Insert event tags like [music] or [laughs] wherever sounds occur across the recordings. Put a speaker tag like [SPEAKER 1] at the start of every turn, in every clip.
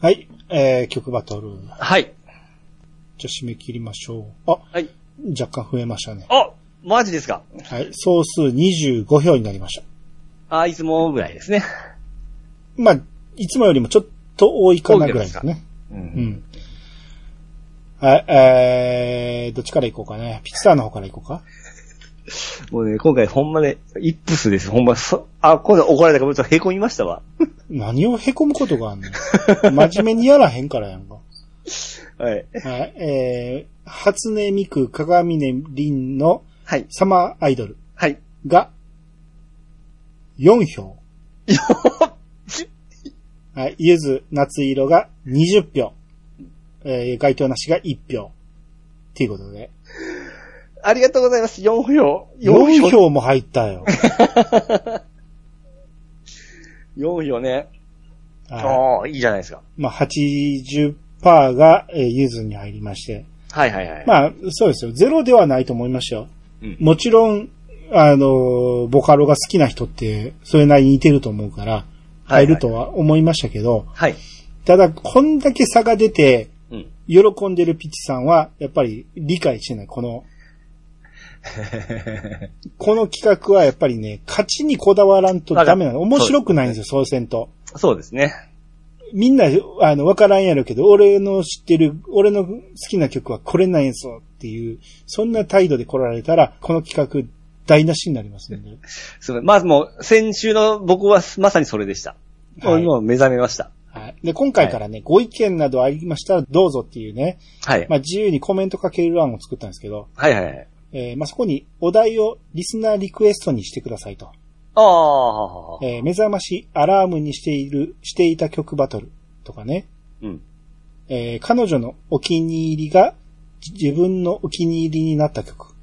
[SPEAKER 1] はい。えー、曲バトル。
[SPEAKER 2] はい。
[SPEAKER 1] じゃあ締め切りましょう。あ、
[SPEAKER 2] はい。
[SPEAKER 1] 若干増えましたね。
[SPEAKER 2] あマジですか
[SPEAKER 1] はい。総数25票になりました。
[SPEAKER 2] あ、いつもぐらいですね。
[SPEAKER 1] まあ、いつもよりもちょっと多いかなぐらいですね。
[SPEAKER 2] う。
[SPEAKER 1] うんん。はい、えー、どっちから行こうかね。ピクサーの方から行こうか。
[SPEAKER 2] もうね、今回ほんまね、イップスです。ほんま、そ、あ、今度怒られたからちょっと凹みましたわ。
[SPEAKER 1] 何を凹むことがあん [laughs] の真面目にやらへんからやんか。
[SPEAKER 2] はい。
[SPEAKER 1] はい、えー、初音ミク、鏡音凛の
[SPEAKER 2] はい。
[SPEAKER 1] サマーアイドル
[SPEAKER 2] はい。
[SPEAKER 1] が4票。はい、ゆず、夏色が20票。えー、該当なしが1票。っていうことで。
[SPEAKER 2] ありがとうございます。4票。
[SPEAKER 1] 4。票も入ったよ。
[SPEAKER 2] 4票ね。
[SPEAKER 1] は
[SPEAKER 2] ああ、いいじゃないですか。
[SPEAKER 1] い、まあ、80%が、えー、ゆずに入りまして。
[SPEAKER 2] はいはいはい。
[SPEAKER 1] まあ、そうですよ。ゼロではないと思いましたよ。
[SPEAKER 2] うん
[SPEAKER 1] もちろん、あの、ボカロが好きな人って、それなりに似てると思うから、入るとは思いましたけど、
[SPEAKER 2] はい。
[SPEAKER 1] ただ、こんだけ差が出て、
[SPEAKER 2] うん。
[SPEAKER 1] 喜んでるピチさんは、やっぱり理解してない。こ [laughs] の、この企画はやっぱりね、勝ちにこだわらんとダメなの。
[SPEAKER 2] わかる
[SPEAKER 1] 面白くないんですよ、そうせんと。
[SPEAKER 2] そうですね。
[SPEAKER 1] みんな、あの、わからんやろけど、俺の知ってる、俺の好きな曲はこれなんやぞっていう、そんな態度で来られたら、この企画、台無しになりますん [laughs] で。
[SPEAKER 2] すごい。まずもう、先週の僕はまさにそれでした。
[SPEAKER 1] はい
[SPEAKER 2] もう目覚めました。
[SPEAKER 1] はい。で、今回からね、ご意見などありましたら、どうぞっていうね、
[SPEAKER 2] はい。
[SPEAKER 1] まあ、自由にコメントかける欄を作ったんですけど、
[SPEAKER 2] はいはいはい。
[SPEAKER 1] えーまあ、そこにお題をリスナーリクエストにしてくださいと。
[SPEAKER 2] ああ、
[SPEAKER 1] えー目覚ましアラームにしている、していた曲バトルとかね。
[SPEAKER 2] うん。
[SPEAKER 1] えー彼女のお気に入りがじ自分のお気に入りになった曲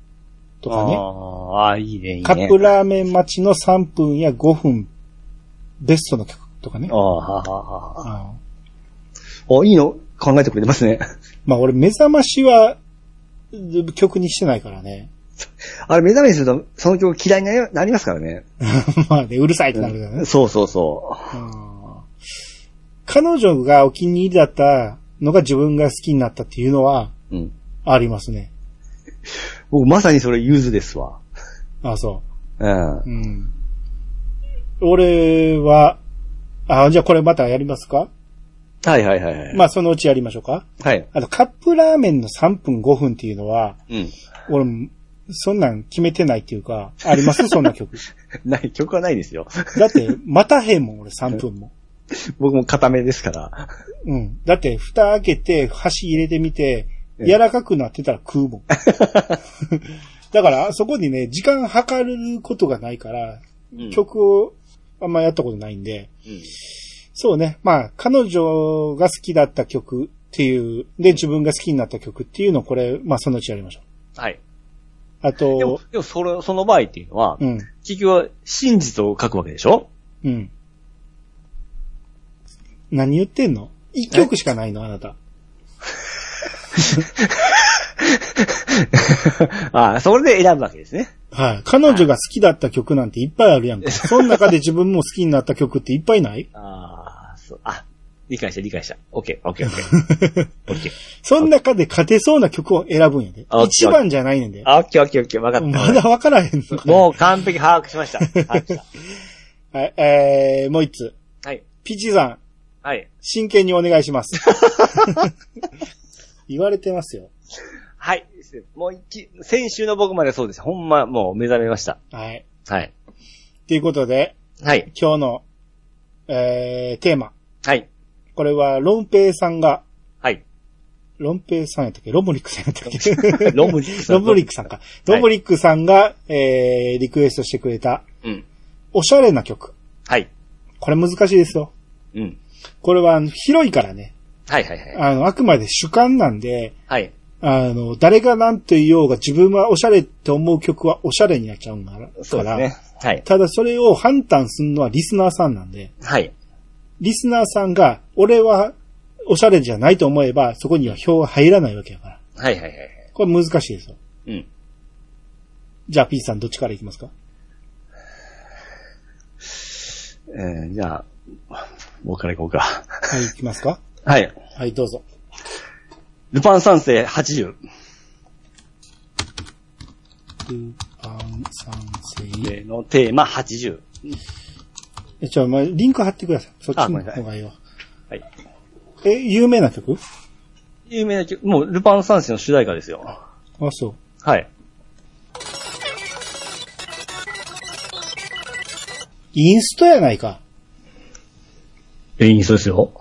[SPEAKER 1] とかね。
[SPEAKER 2] ああ、いいね、いいね。
[SPEAKER 1] カップラーメン待ちの3分や5分ベストの曲とかね
[SPEAKER 2] あ。あ、はあはあはあ
[SPEAKER 1] あー
[SPEAKER 2] お、いいの考えてくれてますね。
[SPEAKER 1] まあ俺目覚ましはで曲にしてないからね。 [laughs]
[SPEAKER 2] あれ、目覚めにすると、その曲嫌いになりなりますからね。
[SPEAKER 1] まあね、うるさいってなるからね。
[SPEAKER 2] そうそうそ
[SPEAKER 1] うん彼女がお気に入りだったのが自分が好きになったっていうのは
[SPEAKER 2] う。うん。
[SPEAKER 1] ありますね。
[SPEAKER 2] 僕、まさにそれ、ユーズですわ。
[SPEAKER 1] あ、そ
[SPEAKER 2] うん
[SPEAKER 1] う。。うん。俺は、あ、じゃあこれまたやりますか
[SPEAKER 2] はいはいはいはい。
[SPEAKER 1] まあそのうちやりましょうか。
[SPEAKER 2] はい。
[SPEAKER 1] あとカップラーメンの3分5分っていうのは、
[SPEAKER 2] うん。
[SPEAKER 1] 俺、そんなん決めてないっていうか、ありますそんな曲。
[SPEAKER 2] ない、曲はないですよ。 [laughs]
[SPEAKER 1] だって、またへんもん、俺3分も。
[SPEAKER 2] 僕も固めですから。
[SPEAKER 1] うん。だって、蓋開けて、箸入れてみて、
[SPEAKER 2] ええ
[SPEAKER 1] 柔らかくなってたら食う
[SPEAKER 2] [laughs]
[SPEAKER 1] もん。だから、そこにね、時間計ることがないから、
[SPEAKER 2] うん。
[SPEAKER 1] 曲をあんまやったことないんで、
[SPEAKER 2] うん
[SPEAKER 1] そうね。まあ、彼女が好きだった曲っていう、で、自分が好きになった曲っていうのをこれ、まあ、そのうちやりましょう。
[SPEAKER 2] はい。
[SPEAKER 1] あ
[SPEAKER 2] でも
[SPEAKER 1] と、、
[SPEAKER 2] でもそれ、その場合っていうのは、
[SPEAKER 1] うん、
[SPEAKER 2] 結局は真実を書くわけでしょ
[SPEAKER 1] うん。何言ってんの一曲しかないのあなた。
[SPEAKER 2] [laughs] ああ、それで選ぶわけですね。
[SPEAKER 1] はい。彼女が好きだった曲なんていっぱいあるやんか。その中で自分も好きになった曲っていっぱいない
[SPEAKER 2] ああ、そう、あ、理解した理解した。オッケ
[SPEAKER 1] [laughs]
[SPEAKER 2] ー、オッケー、オッケー。オッケー。
[SPEAKER 1] その中で勝てそうな曲を選ぶんやで
[SPEAKER 2] あ。
[SPEAKER 1] 一番じゃないねんで。
[SPEAKER 2] あ、オッケー、オッケー、オッケー、わかった。
[SPEAKER 1] まだ分からへんのか。
[SPEAKER 2] もう完璧把握しました。把握し
[SPEAKER 1] はい、えー、もう一つ。
[SPEAKER 2] た。はい。
[SPEAKER 1] ピチさん、
[SPEAKER 2] はい。
[SPEAKER 1] 真剣にお願いし
[SPEAKER 2] [laughs]
[SPEAKER 1] ます。言われてますよ。
[SPEAKER 2] はい。もう一、先週の僕までそうです。ほんま、もう目覚めました。
[SPEAKER 1] はい。
[SPEAKER 2] はい。
[SPEAKER 1] ということで、
[SPEAKER 2] はい。
[SPEAKER 1] 今日の、えー、テーマ。
[SPEAKER 2] はい。
[SPEAKER 1] これは、ロンペイさんが、
[SPEAKER 2] [laughs] はい。
[SPEAKER 1] ロンペイさんやったっけロムリックさんやったっけ
[SPEAKER 2] [laughs] ロム
[SPEAKER 1] [laughs]
[SPEAKER 2] リックさん
[SPEAKER 1] ロムリックさんか。ロムリックさんが、えー、リクエストしてくれた、
[SPEAKER 2] うん。
[SPEAKER 1] おしゃれな曲。
[SPEAKER 2] はい。
[SPEAKER 1] これ難しいですよ。
[SPEAKER 2] うん。
[SPEAKER 1] これは、あの広いからね。
[SPEAKER 2] はいはいはい。
[SPEAKER 1] あの、あくまで主観なんで、
[SPEAKER 2] はい。
[SPEAKER 1] あの、誰が何と言おうが自分はおしゃれって思う曲はおしゃれになっちゃうんだから。
[SPEAKER 2] そうですね。はい。
[SPEAKER 1] ただそれを判断するのはリスナーさんなんで、
[SPEAKER 2] はい。
[SPEAKER 1] リスナーさんが、俺はおしゃれじゃないと思えば、そこには票は入らないわけだから。
[SPEAKER 2] はいはいはいはい。
[SPEAKER 1] これ難しいですよ。
[SPEAKER 2] うん。
[SPEAKER 1] じゃあ、ピーさんどっちからいきますか
[SPEAKER 2] えー、じゃあ、僕から行こうか。
[SPEAKER 1] はい、いきますか
[SPEAKER 2] はい。
[SPEAKER 1] はい、どうぞ。
[SPEAKER 2] ルパン三世80。
[SPEAKER 1] ルパン三世。
[SPEAKER 2] えーのテーマ80。
[SPEAKER 1] え、ちょ、まあ、リンク貼ってください。そっち
[SPEAKER 2] あご
[SPEAKER 1] の
[SPEAKER 2] めんなさい
[SPEAKER 1] 方がいいわ。
[SPEAKER 2] はい。
[SPEAKER 1] え、有名な曲
[SPEAKER 2] 有名な曲、もうルパン三世の主題歌ですよ。
[SPEAKER 1] あ、そう。
[SPEAKER 2] はい。
[SPEAKER 1] インストやないか。
[SPEAKER 2] え、インストですよ。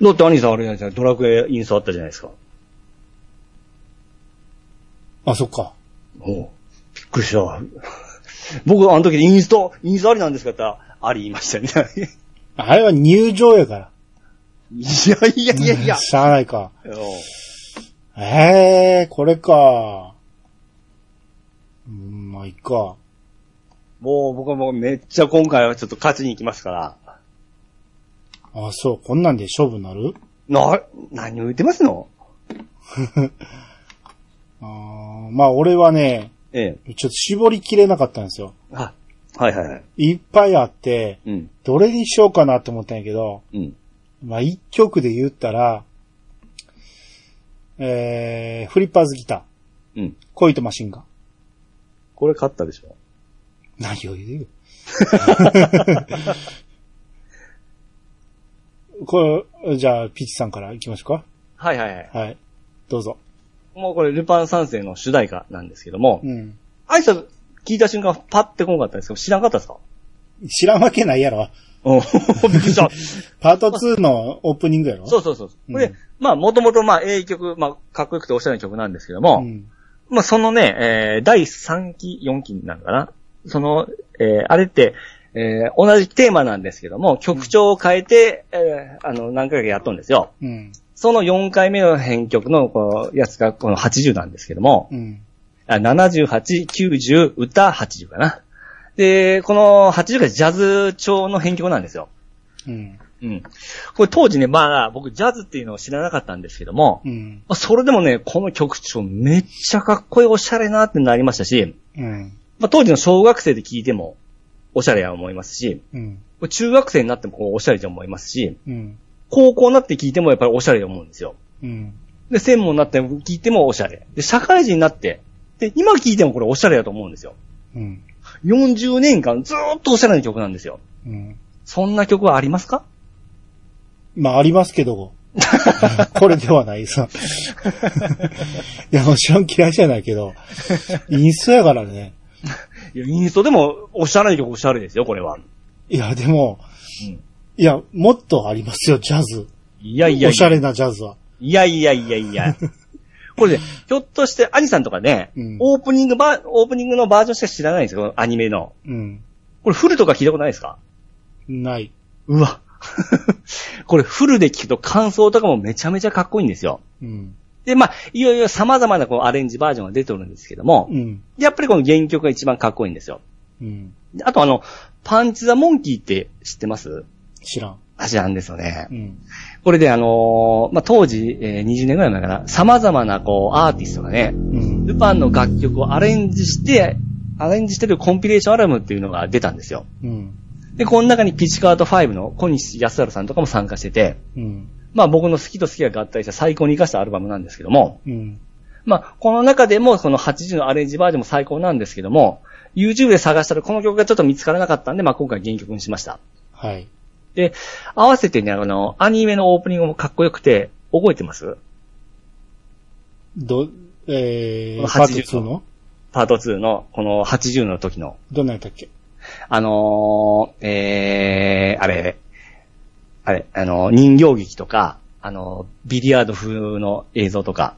[SPEAKER 2] だって兄さんあれじゃないですか、ドラクエインストあったじゃないですか。
[SPEAKER 1] あ、そっか。
[SPEAKER 2] おうびっくりした。僕、あの時でインスト、インストありなんですかって言ったら、あり言いましたね。
[SPEAKER 1] あれは入場やから。
[SPEAKER 2] いやいやいやいや。
[SPEAKER 1] しゃあないか。
[SPEAKER 2] おう
[SPEAKER 1] ええー、これか。うん、まあ、いいか。
[SPEAKER 2] もう僕はもうめっちゃ今回はちょっと勝ちに行きますから。
[SPEAKER 1] あ、そう。こんなんで勝負になる
[SPEAKER 2] な、何を言ってますの
[SPEAKER 1] あーまあ、俺はね、
[SPEAKER 2] ええ。
[SPEAKER 1] ちょっと絞りきれなかったんですよ。
[SPEAKER 2] あ、はいはいはい。
[SPEAKER 1] いっぱいあって、
[SPEAKER 2] うん。
[SPEAKER 1] どれにしようかなって思ったんやけど、
[SPEAKER 2] うん。
[SPEAKER 1] まあ、一曲で言ったら、えー、フリッパーズギター、
[SPEAKER 2] うん。
[SPEAKER 1] 恋とマシンガン。
[SPEAKER 2] これ勝ったでしょ
[SPEAKER 1] 何を言
[SPEAKER 2] [laughs]
[SPEAKER 1] うこれ、じゃあ、ピッチさんから行きましょうか。
[SPEAKER 2] はいはいはい。
[SPEAKER 1] はい。どうぞ。
[SPEAKER 2] もうこれルパン三世の主題歌なんですけども、
[SPEAKER 1] うん。
[SPEAKER 2] 挨拶聞いた瞬間パッてこなかったんですけど、知らなかったですか
[SPEAKER 1] 知らんわけないやろ。
[SPEAKER 2] うん。 [laughs] びっくりした。
[SPEAKER 1] パート2のオープニングやろ
[SPEAKER 2] そうそうそう。これ、
[SPEAKER 1] うん
[SPEAKER 2] まあもともとまあ A 曲、まあかっこよくておしゃれな曲なんですけども、
[SPEAKER 1] うん。
[SPEAKER 2] まあそのね、えー第3期、4期になるのかなその、えーあれって、えー同じテーマなんですけども、曲調を変えて、えーあの、何回かやっとんですよ。
[SPEAKER 1] うん。
[SPEAKER 2] その4回目の編曲の、この、やつが、この80なんですけども、
[SPEAKER 1] うん。
[SPEAKER 2] あ78、90、歌80かな。で、この80がジャズ調の編曲なんですよ。
[SPEAKER 1] うん。
[SPEAKER 2] うん。これ当時ね、まあ、僕ジャズっていうのを知らなかったんですけども、
[SPEAKER 1] うん。
[SPEAKER 2] まあそれでもね、この曲調めっちゃかっこいいおしゃれなってなりましたし、
[SPEAKER 1] うん。
[SPEAKER 2] まあ当時の小学生で聴いてもおしゃれや思いますし、
[SPEAKER 1] うん。
[SPEAKER 2] 中学生になってもこうおしゃれじゃ思いますし、
[SPEAKER 1] うん。
[SPEAKER 2] 高校になって聴いてもやっぱりおしゃれや思うんですよ。
[SPEAKER 1] うん。
[SPEAKER 2] で、専門になって聞いてもおしゃれ。で、社会人になって、で、今聞いてもこれおしゃれだと思うんですよ。
[SPEAKER 1] うん。
[SPEAKER 2] 40年間ずーっとおしゃれな曲なんですよ。
[SPEAKER 1] うん。
[SPEAKER 2] そんな曲はありますか
[SPEAKER 1] まあ、ありますけ
[SPEAKER 2] [laughs]
[SPEAKER 1] ど、これではないさ。 [laughs] いや、もちろん嫌いじゃないけど、インストやからね。
[SPEAKER 2] いや、インストでもおしゃれな曲おしゃれですよ、これは。
[SPEAKER 1] いや、でも、
[SPEAKER 2] うん
[SPEAKER 1] いや、もっとありますよ、ジャズ。
[SPEAKER 2] いやいや
[SPEAKER 1] お
[SPEAKER 2] い
[SPEAKER 1] しゃ
[SPEAKER 2] や。
[SPEAKER 1] れなジャズは。
[SPEAKER 2] いやいやいや
[SPEAKER 1] [laughs]
[SPEAKER 2] いや。これね、ひょっとして、アニさんとかね、
[SPEAKER 1] うん
[SPEAKER 2] オープニングバー、オープニングのバージョンしか知らないんですよ、このアニメの。
[SPEAKER 1] うん。
[SPEAKER 2] これフルとか聞いたことないですか
[SPEAKER 1] ない。
[SPEAKER 2] うわ。 [laughs] これフルで聞くと感想とかもめちゃめちゃかっこいいんですよ。
[SPEAKER 1] うん。
[SPEAKER 2] で、まあ、いよいよ様々なこうアレンジバージョンが出てるんですけども
[SPEAKER 1] う、ん。
[SPEAKER 2] やっぱりこの原曲が一番かっこいいんですよ。
[SPEAKER 1] うん。
[SPEAKER 2] であとあの、パンチザモンキーって知ってます
[SPEAKER 1] 知らん。
[SPEAKER 2] あ、知らんですよね
[SPEAKER 1] う。ん。
[SPEAKER 2] これであのーまあ、当時、えー20年ぐらい前かな、様々なこうアーティストがね、
[SPEAKER 1] うん。
[SPEAKER 2] ルパンの楽曲をアレンジして、アレンジしてるコンピレーションアルバムっていうのが出たんですよ。
[SPEAKER 1] うん。
[SPEAKER 2] で、この中にピチカート5の小西康晴さんとかも参加してて、
[SPEAKER 1] うん。
[SPEAKER 2] まあ僕の好きと好きが合体した最高に活かしたアルバムなんですけども、
[SPEAKER 1] うん。
[SPEAKER 2] まあ、この中でも、その80のアレンジバージョンも最高なんですけども、YouTube で探したらこの曲がちょっと見つからなかったんで、まあ今回原曲にしました。
[SPEAKER 1] はい。
[SPEAKER 2] で、合わせてね、あの、アニメのオープニングもかっこよくて、覚えてます
[SPEAKER 1] ど、えー、
[SPEAKER 2] この
[SPEAKER 1] パ
[SPEAKER 2] 80
[SPEAKER 1] ート2の
[SPEAKER 2] パート2の、この80の時の、
[SPEAKER 1] どんなんやったっけ
[SPEAKER 2] あのー、えー、あれ、あれ、あの、人形劇とか、あの、ビリヤード風の映像とか。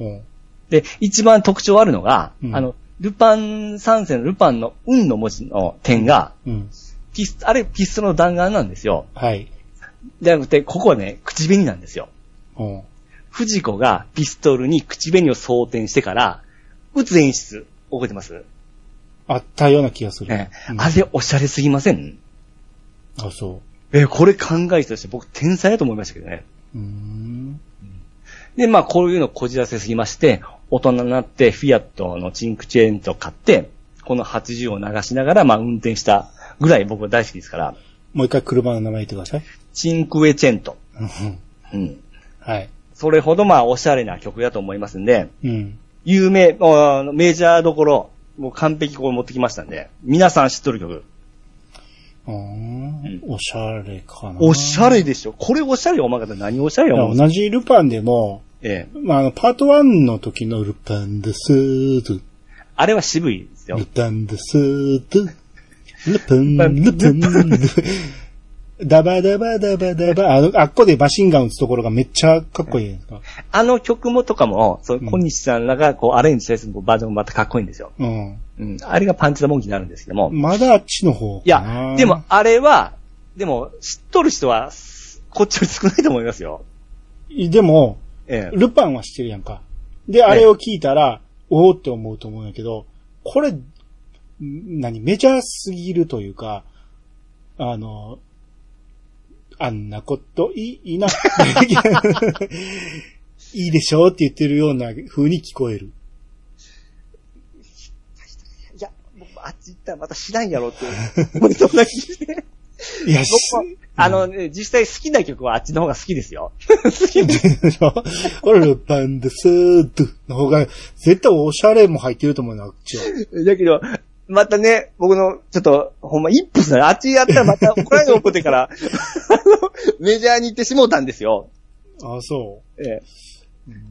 [SPEAKER 1] うん。
[SPEAKER 2] で、一番特徴あるのが、
[SPEAKER 1] うん
[SPEAKER 2] あの、ルパン三世のルパンの運の文字の点が、
[SPEAKER 1] うん。
[SPEAKER 2] ピス、あれピストルの弾丸なんですよ。
[SPEAKER 1] はい。
[SPEAKER 2] じゃなくて、ここはね、口紅なんですよ。
[SPEAKER 1] うん。
[SPEAKER 2] 藤子がピストルに口紅を装填してから、撃つ演出、覚えてます、
[SPEAKER 1] あったような気がする。
[SPEAKER 2] ね
[SPEAKER 1] うん
[SPEAKER 2] あれ、おしゃれすぎません
[SPEAKER 1] あ、そ
[SPEAKER 2] え、これ考え人として僕天才だと思いましたけどね。
[SPEAKER 1] う。うーん。
[SPEAKER 2] で、まあ、こういうのをこじらせすぎまして、大人になって、フィアットのチンクチェーンと買って、この80を流しながら、まあ、運転したぐらい僕は大好きですから。
[SPEAKER 1] もう一回車の名前言ってください。 [laughs]
[SPEAKER 2] チンクエチェント。
[SPEAKER 1] うん
[SPEAKER 2] うん。
[SPEAKER 1] はい。
[SPEAKER 2] それほどまあ、おしゃれな曲だと思いますんで、
[SPEAKER 1] うん。
[SPEAKER 2] 有名、あのメジャーどころ、もう完璧こう持ってきましたんで、皆さん知っとる曲。
[SPEAKER 1] あーおしゃれかな。
[SPEAKER 2] おしゃれでしょこれおしゃれよお前方何おしゃれ
[SPEAKER 1] い
[SPEAKER 2] よ
[SPEAKER 1] や
[SPEAKER 2] お前方
[SPEAKER 1] 同じルパンでも、
[SPEAKER 2] ええ。
[SPEAKER 1] まあ、あの、パート1の時のルパンですーと、
[SPEAKER 2] あれは渋いですよ
[SPEAKER 1] ル。パンですーと、ルパン、ルパン、ダバダバダバダバ、あの、あっこでマシンガン打つところがめっちゃかっこいいやんか。
[SPEAKER 2] あの曲もとかも、そう小西さんらがこうアレンジしたやつのバージョンもまたかっこいいんですよ。
[SPEAKER 1] うん。
[SPEAKER 2] うん。あれがパンチダモンキーになるんですけども。
[SPEAKER 1] まだあっちの方
[SPEAKER 2] い
[SPEAKER 1] かな
[SPEAKER 2] や、でも、あれは、でも知っとる人は、すこっちより少ないと思いますよ。
[SPEAKER 1] でも、
[SPEAKER 2] ええ。
[SPEAKER 1] ルパンは知ってるやんか。で、あれを聞いたら、おおって思うと思うんやけど、これ、ん何、メジャーすぎるというか、あの、あんなこといいいいな。 [laughs] いいでしょうって言ってるような風に聞こえる。
[SPEAKER 2] いや、僕あっち行ったらまた知らんやろって。俺 [laughs] そんな気して。
[SPEAKER 1] いや、し
[SPEAKER 2] 僕も、あの、ね実際好きな曲はあっちの方が好きですよ。 [laughs]
[SPEAKER 1] 俺ルパンですーと、の方が、絶対オシャレも入ってると思うな、あっちは。
[SPEAKER 2] だけど、またね、僕の、ちょっと、ほんま、一歩すな、あっちやったらまた怒られる怒ってから、あ [laughs] の、メジャーに行ってしもうたんですよ。
[SPEAKER 1] あ、そう。
[SPEAKER 2] ええ。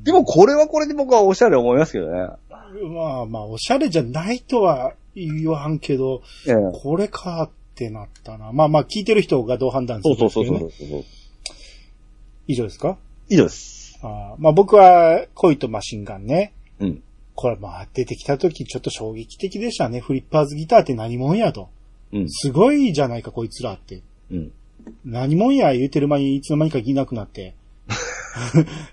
[SPEAKER 2] でも、これはこれで僕はおしゃれ思いますけどね。
[SPEAKER 1] まあまあ、おしゃれじゃないとは言わんけど、
[SPEAKER 2] ええ。
[SPEAKER 1] これかってなったな。まあまあ、聞いてる人がどう判断す
[SPEAKER 2] そ
[SPEAKER 1] る
[SPEAKER 2] う
[SPEAKER 1] か
[SPEAKER 2] そう
[SPEAKER 1] です
[SPEAKER 2] そ
[SPEAKER 1] けど
[SPEAKER 2] うそ
[SPEAKER 1] ね。
[SPEAKER 2] うそう。
[SPEAKER 1] 以上ですか
[SPEAKER 2] 以上です。
[SPEAKER 1] あーまあ僕は、恋とマシンガンね。
[SPEAKER 2] うん。
[SPEAKER 1] これまあ出てきた時ちょっと衝撃的でしたね。フリッパーズギターって何もんやと。
[SPEAKER 2] うん。
[SPEAKER 1] すごいじゃないかこいつらって。
[SPEAKER 2] うん。
[SPEAKER 1] 何もんや言うてる間にいつの間にかいなくな
[SPEAKER 2] [laughs]
[SPEAKER 1] って。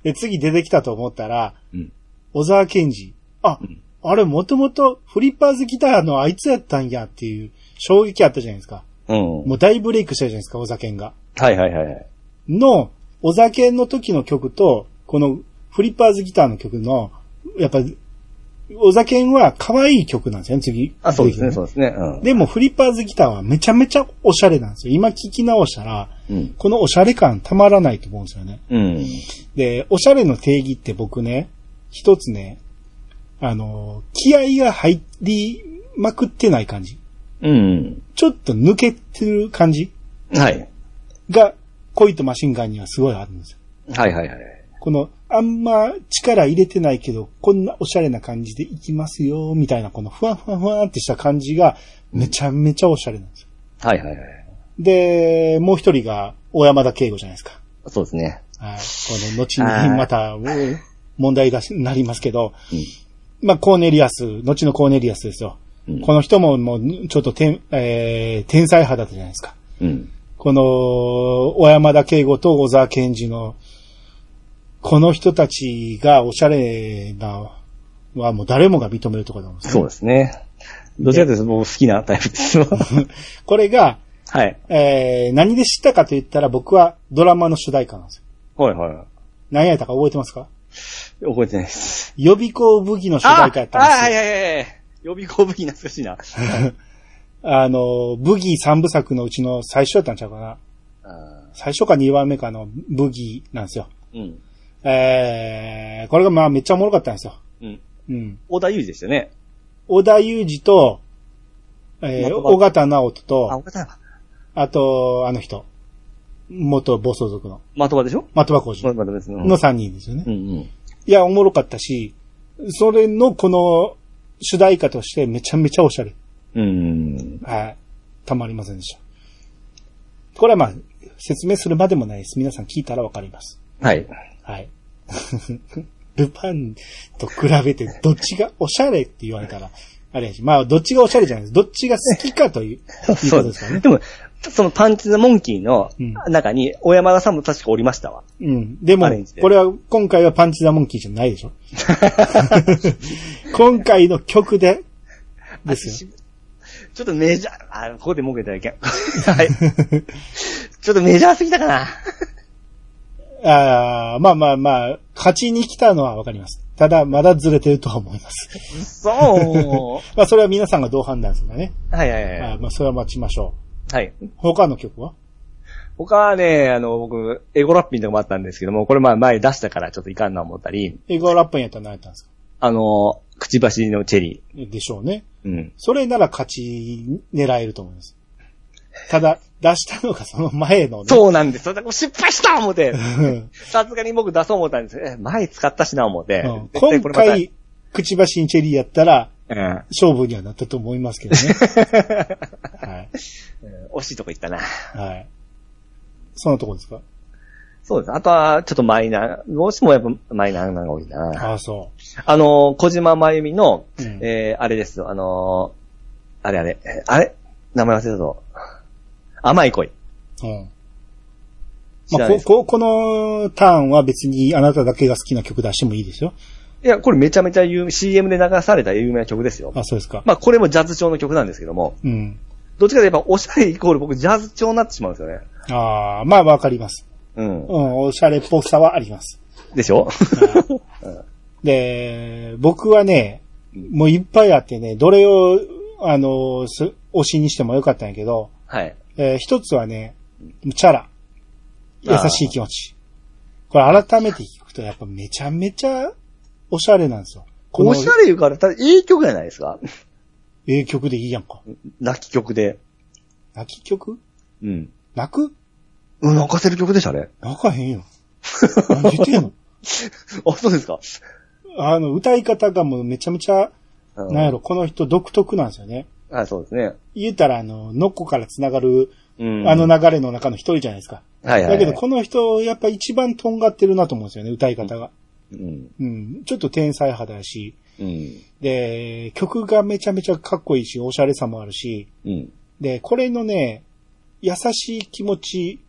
[SPEAKER 1] で、次出てきたと思ったら、
[SPEAKER 2] うん。
[SPEAKER 1] 小沢健二。あ、
[SPEAKER 2] うん
[SPEAKER 1] あれもともとフリッパーズギターのあいつやったんやっていう衝撃あったじゃないですか。
[SPEAKER 2] うん。
[SPEAKER 1] もう大ブレイクしたじゃないですか、小沢健が。
[SPEAKER 2] はいはいはいはい。
[SPEAKER 1] の、お酒の時の曲と、このフリッパーズギターの曲の、やっぱ、お酒は可愛い曲なんですよね、次。
[SPEAKER 2] あ、そうですね、
[SPEAKER 1] 出てきた
[SPEAKER 2] そうですね。うん。
[SPEAKER 1] でも、フリッパーズギターはめちゃめちゃおしゃれなんですよ。今聞き直したら、
[SPEAKER 2] うん。
[SPEAKER 1] このおしゃれ感たまらないと思うんですよね。
[SPEAKER 2] うん。
[SPEAKER 1] で、おしゃれの定義って僕ね、一つね、あの、気合が入りまくってない感じ。
[SPEAKER 2] うん。
[SPEAKER 1] ちょっと抜けてる感じ
[SPEAKER 2] はい。
[SPEAKER 1] が、恋とマシンガンにはすごいあるんですよ。
[SPEAKER 2] はいはいはい。
[SPEAKER 1] この、あんま力入れてないけど、こんなおしゃれな感じでいきますよ、みたいな、このふわふわふわってした感じが、めちゃめちゃおしゃれなんですよ。
[SPEAKER 2] はいはいはい。
[SPEAKER 1] で、もう一人が、大山田圭吾じゃないですか。
[SPEAKER 2] そうですね。
[SPEAKER 1] はい。この、後
[SPEAKER 2] はい
[SPEAKER 1] にまた、問題がなりますけど、
[SPEAKER 2] うん
[SPEAKER 1] まあ、コーネリアス、後のコーネリアスですよ。
[SPEAKER 2] うん
[SPEAKER 1] この人も、もう、ちょっと天、えー、天才派だったじゃないですか。
[SPEAKER 2] うん。
[SPEAKER 1] この、小山田圭吾と小沢健二の、この人たちがおしゃれな、はもう誰もが認めるところだと思うんです
[SPEAKER 2] そうですね。どちらかというと僕好きなタイプです。
[SPEAKER 1] [laughs]
[SPEAKER 2] は
[SPEAKER 1] これが、
[SPEAKER 2] い。
[SPEAKER 1] えー、何で知ったかと言ったら僕はドラマの主題歌なんですよ。
[SPEAKER 2] はいは
[SPEAKER 1] 何やったか覚えてますか
[SPEAKER 2] い。覚えてないです。
[SPEAKER 1] 予備校武 [laughs] 器の主題歌やったんですよ。あ,、
[SPEAKER 2] はいはいはい。予備校武器懐かし
[SPEAKER 1] [laughs]
[SPEAKER 2] いな。
[SPEAKER 1] の、武器三部作のうちの最初やったんちゃうかな。
[SPEAKER 2] あ
[SPEAKER 1] 最初か二番目かの武器なんですよ。
[SPEAKER 2] ーうん。
[SPEAKER 1] えー、これがまあめっちゃおもろかったんですよ。
[SPEAKER 2] うん。
[SPEAKER 1] うん。
[SPEAKER 2] 小田裕二でしたね。
[SPEAKER 1] 小田裕二と、えー、
[SPEAKER 2] 元々
[SPEAKER 1] 小方直人
[SPEAKER 2] あ、
[SPEAKER 1] と、
[SPEAKER 2] 岡田は。
[SPEAKER 1] あと、あの人、元暴走族の、
[SPEAKER 2] 的場でしょ
[SPEAKER 1] 的場浩
[SPEAKER 2] ま
[SPEAKER 1] 二
[SPEAKER 2] だ別の。
[SPEAKER 1] の3人ですよね
[SPEAKER 2] う。んうん。
[SPEAKER 1] いや、おもろかったし、それのこの主題歌としてめちゃめちゃオシャレ。
[SPEAKER 2] うん。
[SPEAKER 1] はい。たまりませんでした。これはまあ、説明するまでもないです。皆さん聞いたらわかります。
[SPEAKER 2] はい。
[SPEAKER 1] はい。 [laughs] ルパンと比べてどっちがオシャレって言われ [laughs] たら、あれやし、まあどっちがオシャレじゃないです。どっちが好きかという、いうことですからね。
[SPEAKER 2] でも、そのパンチ・ザ・モンキーの
[SPEAKER 1] うん
[SPEAKER 2] 中に、小山田さんも確かおりましたわ。
[SPEAKER 1] うん。でも
[SPEAKER 2] アレンジ、で
[SPEAKER 1] これは、今回はパンチザモンキーじゃない [laughs] でしょ今回の曲で、ですよ。
[SPEAKER 2] ちょっとメジャー、あ、ここで文句言
[SPEAKER 1] [laughs]
[SPEAKER 2] っただけ。はい。ちょっとメジャーすぎた
[SPEAKER 1] [laughs]
[SPEAKER 2] かな。
[SPEAKER 1] あーまあまあまあ、勝ちに来たのはわかります。ただ、まだずれてるとは思います。 [laughs]
[SPEAKER 2] そう。
[SPEAKER 1] まあ、それは皆さんがどう判断するかね。
[SPEAKER 2] はいはいはい。
[SPEAKER 1] あーまあ、それは待ちましょう。
[SPEAKER 2] はい。
[SPEAKER 1] 他の曲は
[SPEAKER 2] 他はね、あの、僕、エゴラッピンとかもあったんですけども、これまあ前出したからちょっといかんな思ったり、
[SPEAKER 1] エゴラップンやったら何やったんですか
[SPEAKER 2] あの、くちばしのチェリ
[SPEAKER 1] でしょうね。
[SPEAKER 2] ー。うん。
[SPEAKER 1] それなら勝ち狙えると思います。ただ、出したのがその前のね。
[SPEAKER 2] そうなんです。それで失敗した
[SPEAKER 1] [laughs]
[SPEAKER 2] 思って、
[SPEAKER 1] うん。
[SPEAKER 2] さすがに僕出そう思ったんですえ、前使ったしな思って。
[SPEAKER 1] うん
[SPEAKER 2] 絶対
[SPEAKER 1] 今
[SPEAKER 2] これまた
[SPEAKER 1] 回、くちばしにチェリーやったら、
[SPEAKER 2] うん
[SPEAKER 1] 勝負にはなったと思います
[SPEAKER 2] [laughs]
[SPEAKER 1] けどね。はい。
[SPEAKER 2] 惜しいとこ行ったな。
[SPEAKER 1] はい。そのとこですか
[SPEAKER 2] そうです。あとは、ちょっとマイナー、どうしてもやっぱマイナーなのが多いな。
[SPEAKER 1] ああ、そ
[SPEAKER 2] あの、小島真由美の、
[SPEAKER 1] う。うん
[SPEAKER 2] えー、あれですよ、あのーあれあれ、えあれ名前忘れたぞ。甘い恋。
[SPEAKER 1] うん。
[SPEAKER 2] 知
[SPEAKER 1] ま
[SPEAKER 2] ら
[SPEAKER 1] あ、
[SPEAKER 2] な
[SPEAKER 1] こ、
[SPEAKER 2] いです
[SPEAKER 1] こ、このターンは別にあなただけが好きな曲出してもいいですよ。
[SPEAKER 2] いや、これめちゃめちゃ有 CM で流された有名な曲ですよ。
[SPEAKER 1] あ、そうですか。
[SPEAKER 2] まあ、これもジャズ調の曲なんですけども、
[SPEAKER 1] うん。
[SPEAKER 2] どっちかといえば、おしゃれイコール僕ジャズ調になってしまうんですよね。
[SPEAKER 1] ああ、まあわかります。
[SPEAKER 2] うん
[SPEAKER 1] う。ん、おしゃれっぽさはあります。
[SPEAKER 2] でしょ
[SPEAKER 1] で、僕はね、もういっぱいあってね、どれを、あの、す推しにしてもよかったんやけど、
[SPEAKER 2] はい。
[SPEAKER 1] えー一つはね、チャラ。優
[SPEAKER 2] あー
[SPEAKER 1] しい気持ち。これ改めて聞くと、やっぱめちゃめちゃおしゃれなんですよ。 [laughs] この
[SPEAKER 2] おしゃれいうから、ただいい曲じゃないですか。
[SPEAKER 1] ええ曲でいいやんか。
[SPEAKER 2] 泣き曲で。
[SPEAKER 1] 泣き曲
[SPEAKER 2] うん。
[SPEAKER 1] 泣く
[SPEAKER 2] うん、泣かせる曲でしたね。
[SPEAKER 1] 泣かへんよ。何言ってんの [laughs]
[SPEAKER 2] あ、そうですか。
[SPEAKER 1] あの、歌い方がもうめちゃめちゃ、
[SPEAKER 2] うん
[SPEAKER 1] なんやろ、この人独特なんですよね。
[SPEAKER 2] あ、そうですね。
[SPEAKER 1] 言えたら、あの、のっこから繋がる、
[SPEAKER 2] うん。
[SPEAKER 1] あの、流れの中の一人じゃないですか。
[SPEAKER 2] はいはいはい。
[SPEAKER 1] だけど、この人、やっぱ一番とんがってるなと思うんですよね、歌い方が。
[SPEAKER 2] うん。
[SPEAKER 1] うん。ちょっと天才派だし、
[SPEAKER 2] うん。
[SPEAKER 1] で、曲がめちゃめちゃかっこいいし、おしゃれさもあるし、
[SPEAKER 2] うん。
[SPEAKER 1] で、これのね、優しい気持ち、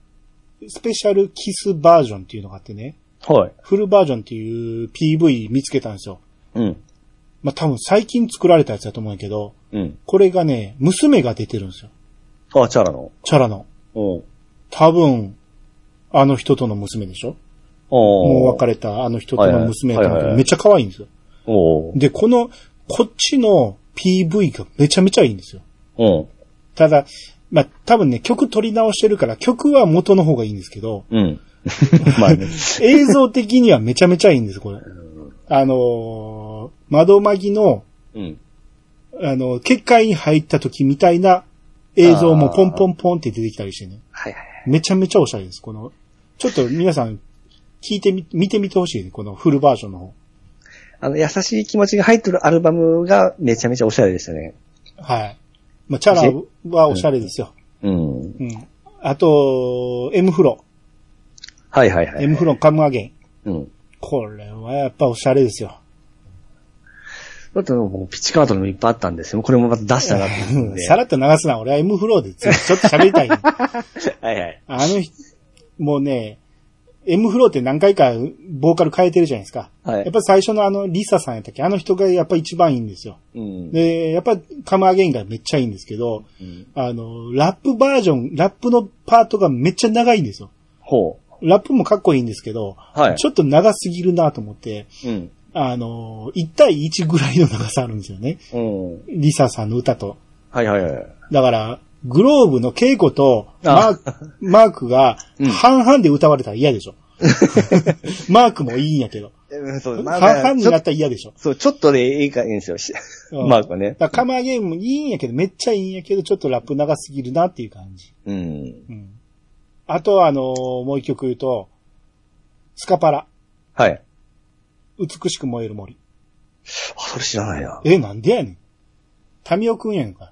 [SPEAKER 1] スペシャルキスバージョンっていうのがあってね、
[SPEAKER 2] はい。
[SPEAKER 1] フルバージョンっていう PV 見つけたんですよ。
[SPEAKER 2] うん。
[SPEAKER 1] まあ、多分最近作られたやつだと思うんやけど、
[SPEAKER 2] うん。
[SPEAKER 1] これがね、娘が出てるんですよ。
[SPEAKER 2] あ、チャラの。
[SPEAKER 1] チャラの。
[SPEAKER 2] うん。
[SPEAKER 1] 多分、あの人との娘でしょもう
[SPEAKER 2] お
[SPEAKER 1] 別
[SPEAKER 2] れ。
[SPEAKER 1] れたあの人との娘と
[SPEAKER 2] はいはいはい
[SPEAKER 1] の
[SPEAKER 2] はい
[SPEAKER 1] めっちゃ可愛いんですよ。
[SPEAKER 2] おー
[SPEAKER 1] で、この、こっちの PV がめちゃめちゃいいんですよ。
[SPEAKER 2] うん。
[SPEAKER 1] ただ、まあ、多分ね、曲取り直してるから、曲は元の方がいいんですけ
[SPEAKER 2] [laughs]
[SPEAKER 1] ど、
[SPEAKER 2] うん。まあね。
[SPEAKER 1] 映像的にはめちゃめちゃいいんです、これ。あのー窓まぎの、
[SPEAKER 2] うん。
[SPEAKER 1] あの、結界に入った時みたいな映像もポンポンポンって出てきたりしてね。
[SPEAKER 2] はいはい。
[SPEAKER 1] めちゃめちゃおしゃれです、この。ちょっと皆さん、聞いてみ、見てみてほしいね、このフルバージョンの方。
[SPEAKER 2] あの、優しい気持ちが入ってるアルバムがめちゃめちゃおしゃれでしたね。
[SPEAKER 1] はい。まあ、チャラはおしゃれですよ。
[SPEAKER 2] うん。
[SPEAKER 1] うん。あと、M フロ。
[SPEAKER 2] はいはいはい。
[SPEAKER 1] M フロカムアゲイン。
[SPEAKER 2] うん。
[SPEAKER 1] これはやっぱおしゃれですよ。
[SPEAKER 2] だってもう、ピッチカートでもいっぱいあったんですよ。これもまた出したなって思うんで。
[SPEAKER 1] さらっと流すな、俺は M フローでちょ
[SPEAKER 2] [laughs]
[SPEAKER 1] ちょっと喋りたい、ね。
[SPEAKER 2] はいはい。
[SPEAKER 1] あの人、もうね、M フローって何回かボーカル変えてるじゃないですか。
[SPEAKER 2] はい
[SPEAKER 1] やっぱ最初のあの、リサさんやったっけあの人がやっぱ一番いいんですよ。
[SPEAKER 2] うん。
[SPEAKER 1] で、やっぱカムアゲインがめっちゃいいんですけど、
[SPEAKER 2] うん
[SPEAKER 1] あの、ラップバージョン、ラップのパートがめっちゃ長いんですよ。
[SPEAKER 2] ほう。
[SPEAKER 1] ラップもかっこいいんですけど、
[SPEAKER 2] はい
[SPEAKER 1] ちょっと長すぎるなと思って、
[SPEAKER 2] うん。
[SPEAKER 1] あの、1対1ぐらいの長さあるんですよね。
[SPEAKER 2] うん。
[SPEAKER 1] リサさんの歌と。
[SPEAKER 2] はいはいはい。
[SPEAKER 1] だから、グローブの稽古とマー
[SPEAKER 2] あ
[SPEAKER 1] ク、マークが
[SPEAKER 2] うん
[SPEAKER 1] 半々で歌われたら嫌で
[SPEAKER 2] [laughs]
[SPEAKER 1] しょ。マークもいいんやけど。
[SPEAKER 2] うん、そう
[SPEAKER 1] 半々になったら嫌でしょ。
[SPEAKER 2] そう、ちょっとでいいか、いいんですよ。し [laughs]
[SPEAKER 1] うん
[SPEAKER 2] マークはね。
[SPEAKER 1] だからカマーゲームもいいんやけど、めっちゃいいんやけど、ちょっとラップ長すぎるなっていう感じ。
[SPEAKER 2] うん。
[SPEAKER 1] うん。あとは、あのーもう一曲言うと、スカパラ、
[SPEAKER 2] はい。
[SPEAKER 1] 美しく燃える森。
[SPEAKER 2] あ、それ知らないな。
[SPEAKER 1] え、なんでやねん。タミオくんやんか。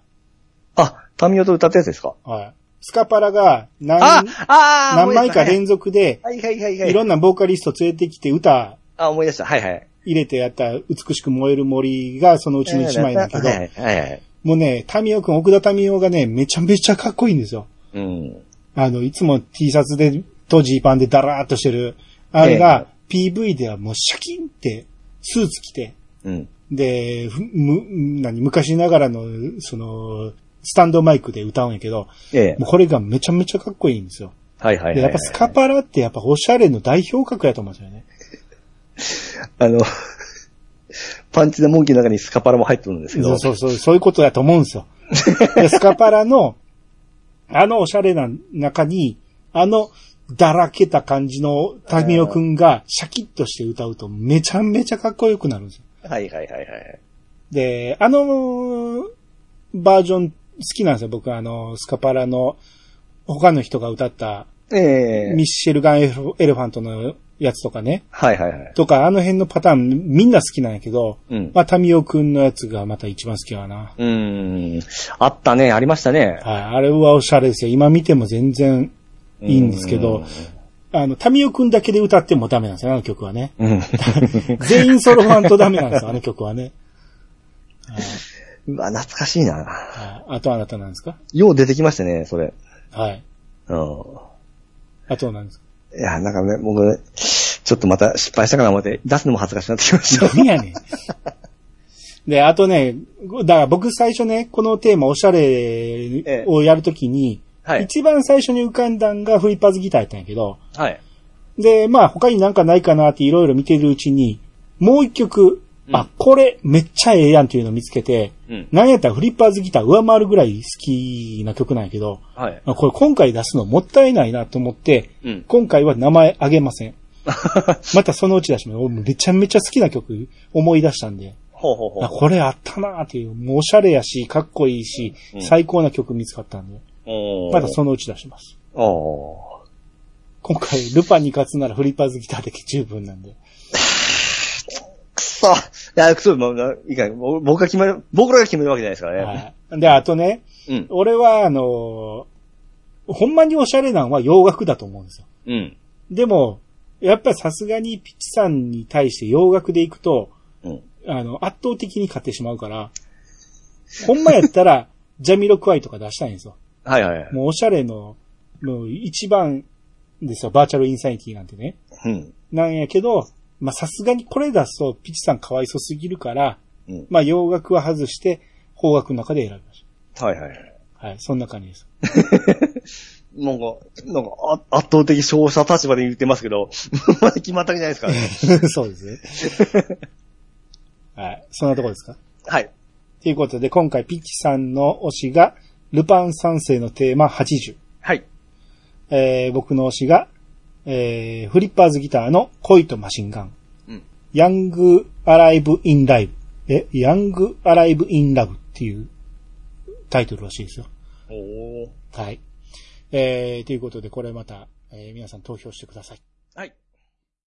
[SPEAKER 2] あ、タミオと歌ったやつですか
[SPEAKER 1] はい。スカパラが
[SPEAKER 2] あ
[SPEAKER 1] 何、、
[SPEAKER 2] あー
[SPEAKER 1] 何枚か連続で、
[SPEAKER 2] はいはいはいはい。
[SPEAKER 1] いろんなボーカリスト連れてきて歌
[SPEAKER 2] あ、思い出した。はいはい。
[SPEAKER 1] 入れてやった美しく燃える森がそのうちの一枚なんだけど
[SPEAKER 2] は、いはいはい。
[SPEAKER 1] もうね、タミオくん、奥田タミオがね、めちゃめちゃかっこいいんですよ。
[SPEAKER 2] うん。
[SPEAKER 1] あの、いつも T シャツで、とジーパンでダラーっとしてる。あれが、PV ではもうシャキンって、スーツ着て、
[SPEAKER 2] うん。
[SPEAKER 1] で、ふむ、何、昔ながらの、その、スタンドマイクで歌うんやけど、
[SPEAKER 2] ええ
[SPEAKER 1] もう。これがめちゃめちゃかっこいいんですよ。
[SPEAKER 2] はいはいはい。
[SPEAKER 1] で、やっぱスカパラってやっぱオシャレの代表格やと思うんですよね。
[SPEAKER 2] あの、 [laughs] パンチのモンキーの中にスカパラも入ってるんですけ
[SPEAKER 1] そ
[SPEAKER 2] ど。 [laughs]
[SPEAKER 1] うそうそう、そういうことだと思うんですよ。でスカパラの、あのおしゃれな中に、あの、だらけた感じのタミオくんがシャキッとして歌うとめちゃめちゃかっこよくなるんですよ。
[SPEAKER 2] はいはいはいはい。
[SPEAKER 1] で、あの、バージョン好きなんですよ。僕あの、スカパラの他の人が歌った
[SPEAKER 2] ええ
[SPEAKER 1] ミッシェルガンエレエレファントのやつとかね。
[SPEAKER 2] はいはいはい。
[SPEAKER 1] とか、あの辺のパターンみんな好きなんやけど、
[SPEAKER 2] うん。
[SPEAKER 1] まあ、タミオくんのやつがまた一番好きやな。
[SPEAKER 2] うーん。あったね、ありました
[SPEAKER 1] は
[SPEAKER 2] ね。
[SPEAKER 1] い。あれはおしゃれですよ。今見ても全然、いいんですけどあの、タミオくんだけで歌ってもダメなんですよ、あの曲はね。
[SPEAKER 2] うん。
[SPEAKER 1] [laughs]
[SPEAKER 2] うん。
[SPEAKER 1] 全員ソロファンとダメなんですよ、あの曲はね。
[SPEAKER 2] うわ、懐かしいな。
[SPEAKER 1] はいあとあなたなんですか
[SPEAKER 2] よう出てきましたね、それ。
[SPEAKER 1] はい。
[SPEAKER 2] うん。
[SPEAKER 1] あとなんですか
[SPEAKER 2] いや、なんかね、僕ね、ちょっとまた失敗したかな思って、出すのも恥ずかしくなってきました。
[SPEAKER 1] 何やねん。で、あとね、だから僕最初ね、このテーマ、おしゃれをやるときに、
[SPEAKER 2] はい。
[SPEAKER 1] 一番最初に浮かんだんがフリッパーズギターやったんやけど、
[SPEAKER 2] はい。
[SPEAKER 1] で、まあ他になんかないかなっていろいろ見てるうちに、もう一曲、
[SPEAKER 2] うん
[SPEAKER 1] あ、これめっちゃええやんっていうのを見つけて、
[SPEAKER 2] うん。
[SPEAKER 1] なんやったらフリッパーズギター上回るぐらい好きな曲なんやけど、
[SPEAKER 2] はい。
[SPEAKER 1] あこれ今回出すのもったいないなと思って、
[SPEAKER 2] うん。
[SPEAKER 1] 今回は名前あげません。またそのうち出します。俺めちゃめちゃ好きな曲思い出したんで、
[SPEAKER 2] [laughs] ほうほうほ
[SPEAKER 1] あこれあったなーっていう、もうおしゃれやし、かっこいいし
[SPEAKER 2] う、ん
[SPEAKER 1] 最高な曲見つかったんで、
[SPEAKER 2] おー
[SPEAKER 1] またそのうち出します。
[SPEAKER 2] おー
[SPEAKER 1] 今回、ルパンに勝つならフリッパーズギターだけ十分なんで。
[SPEAKER 2] くそいや、くそ、もうないいかんもう僕が決める、僕らが決めるわけじゃないですからね。
[SPEAKER 1] はい。で、あとね、
[SPEAKER 2] うん。
[SPEAKER 1] 俺は、あのーほんまにおしゃれなんは洋楽だと思うんですよ。
[SPEAKER 2] うん。
[SPEAKER 1] でも、やっぱさすがにピッチさんに対して洋楽でいくと、
[SPEAKER 2] うん。
[SPEAKER 1] あの、圧倒的に勝ってしまうから、ほんまやった
[SPEAKER 2] [laughs]
[SPEAKER 1] ら、ジャミロクワイとか出したいんですよ。
[SPEAKER 2] はいはいはい。
[SPEAKER 1] もうおしゃれの、もう一番ですよ、バーチャルインサイティなんてね。
[SPEAKER 2] うん。
[SPEAKER 1] なんやけど、まあ、さすがにこれ出すと、ピチさんかわいそすぎるから、
[SPEAKER 2] うん
[SPEAKER 1] まあ、洋楽は外して、邦楽の中で選びまし
[SPEAKER 2] はいはいはい。 [laughs]
[SPEAKER 1] た。はい、そんな感じです。
[SPEAKER 2] なんか、なんか、あ圧倒的勝者立場で言ってますけど、 [laughs] まだ決まったわけじゃないですからね。
[SPEAKER 1] そうです
[SPEAKER 2] [laughs]
[SPEAKER 1] ね。はい、そんなとこですか
[SPEAKER 2] はい。
[SPEAKER 1] ということで、今回ピッチさんの推しが、ルパン三世のテーマ80。
[SPEAKER 2] はい。
[SPEAKER 1] えー僕の推しが、えーフリッパーズギターの恋とマシンガン。
[SPEAKER 2] うん
[SPEAKER 1] ヤングアライブインライブ。え、ヤングアライブインラブっていうタイトルらしいですよ。
[SPEAKER 2] おお。
[SPEAKER 1] はい。えーということで、これまた、えー皆さん投票してください。
[SPEAKER 2] はい。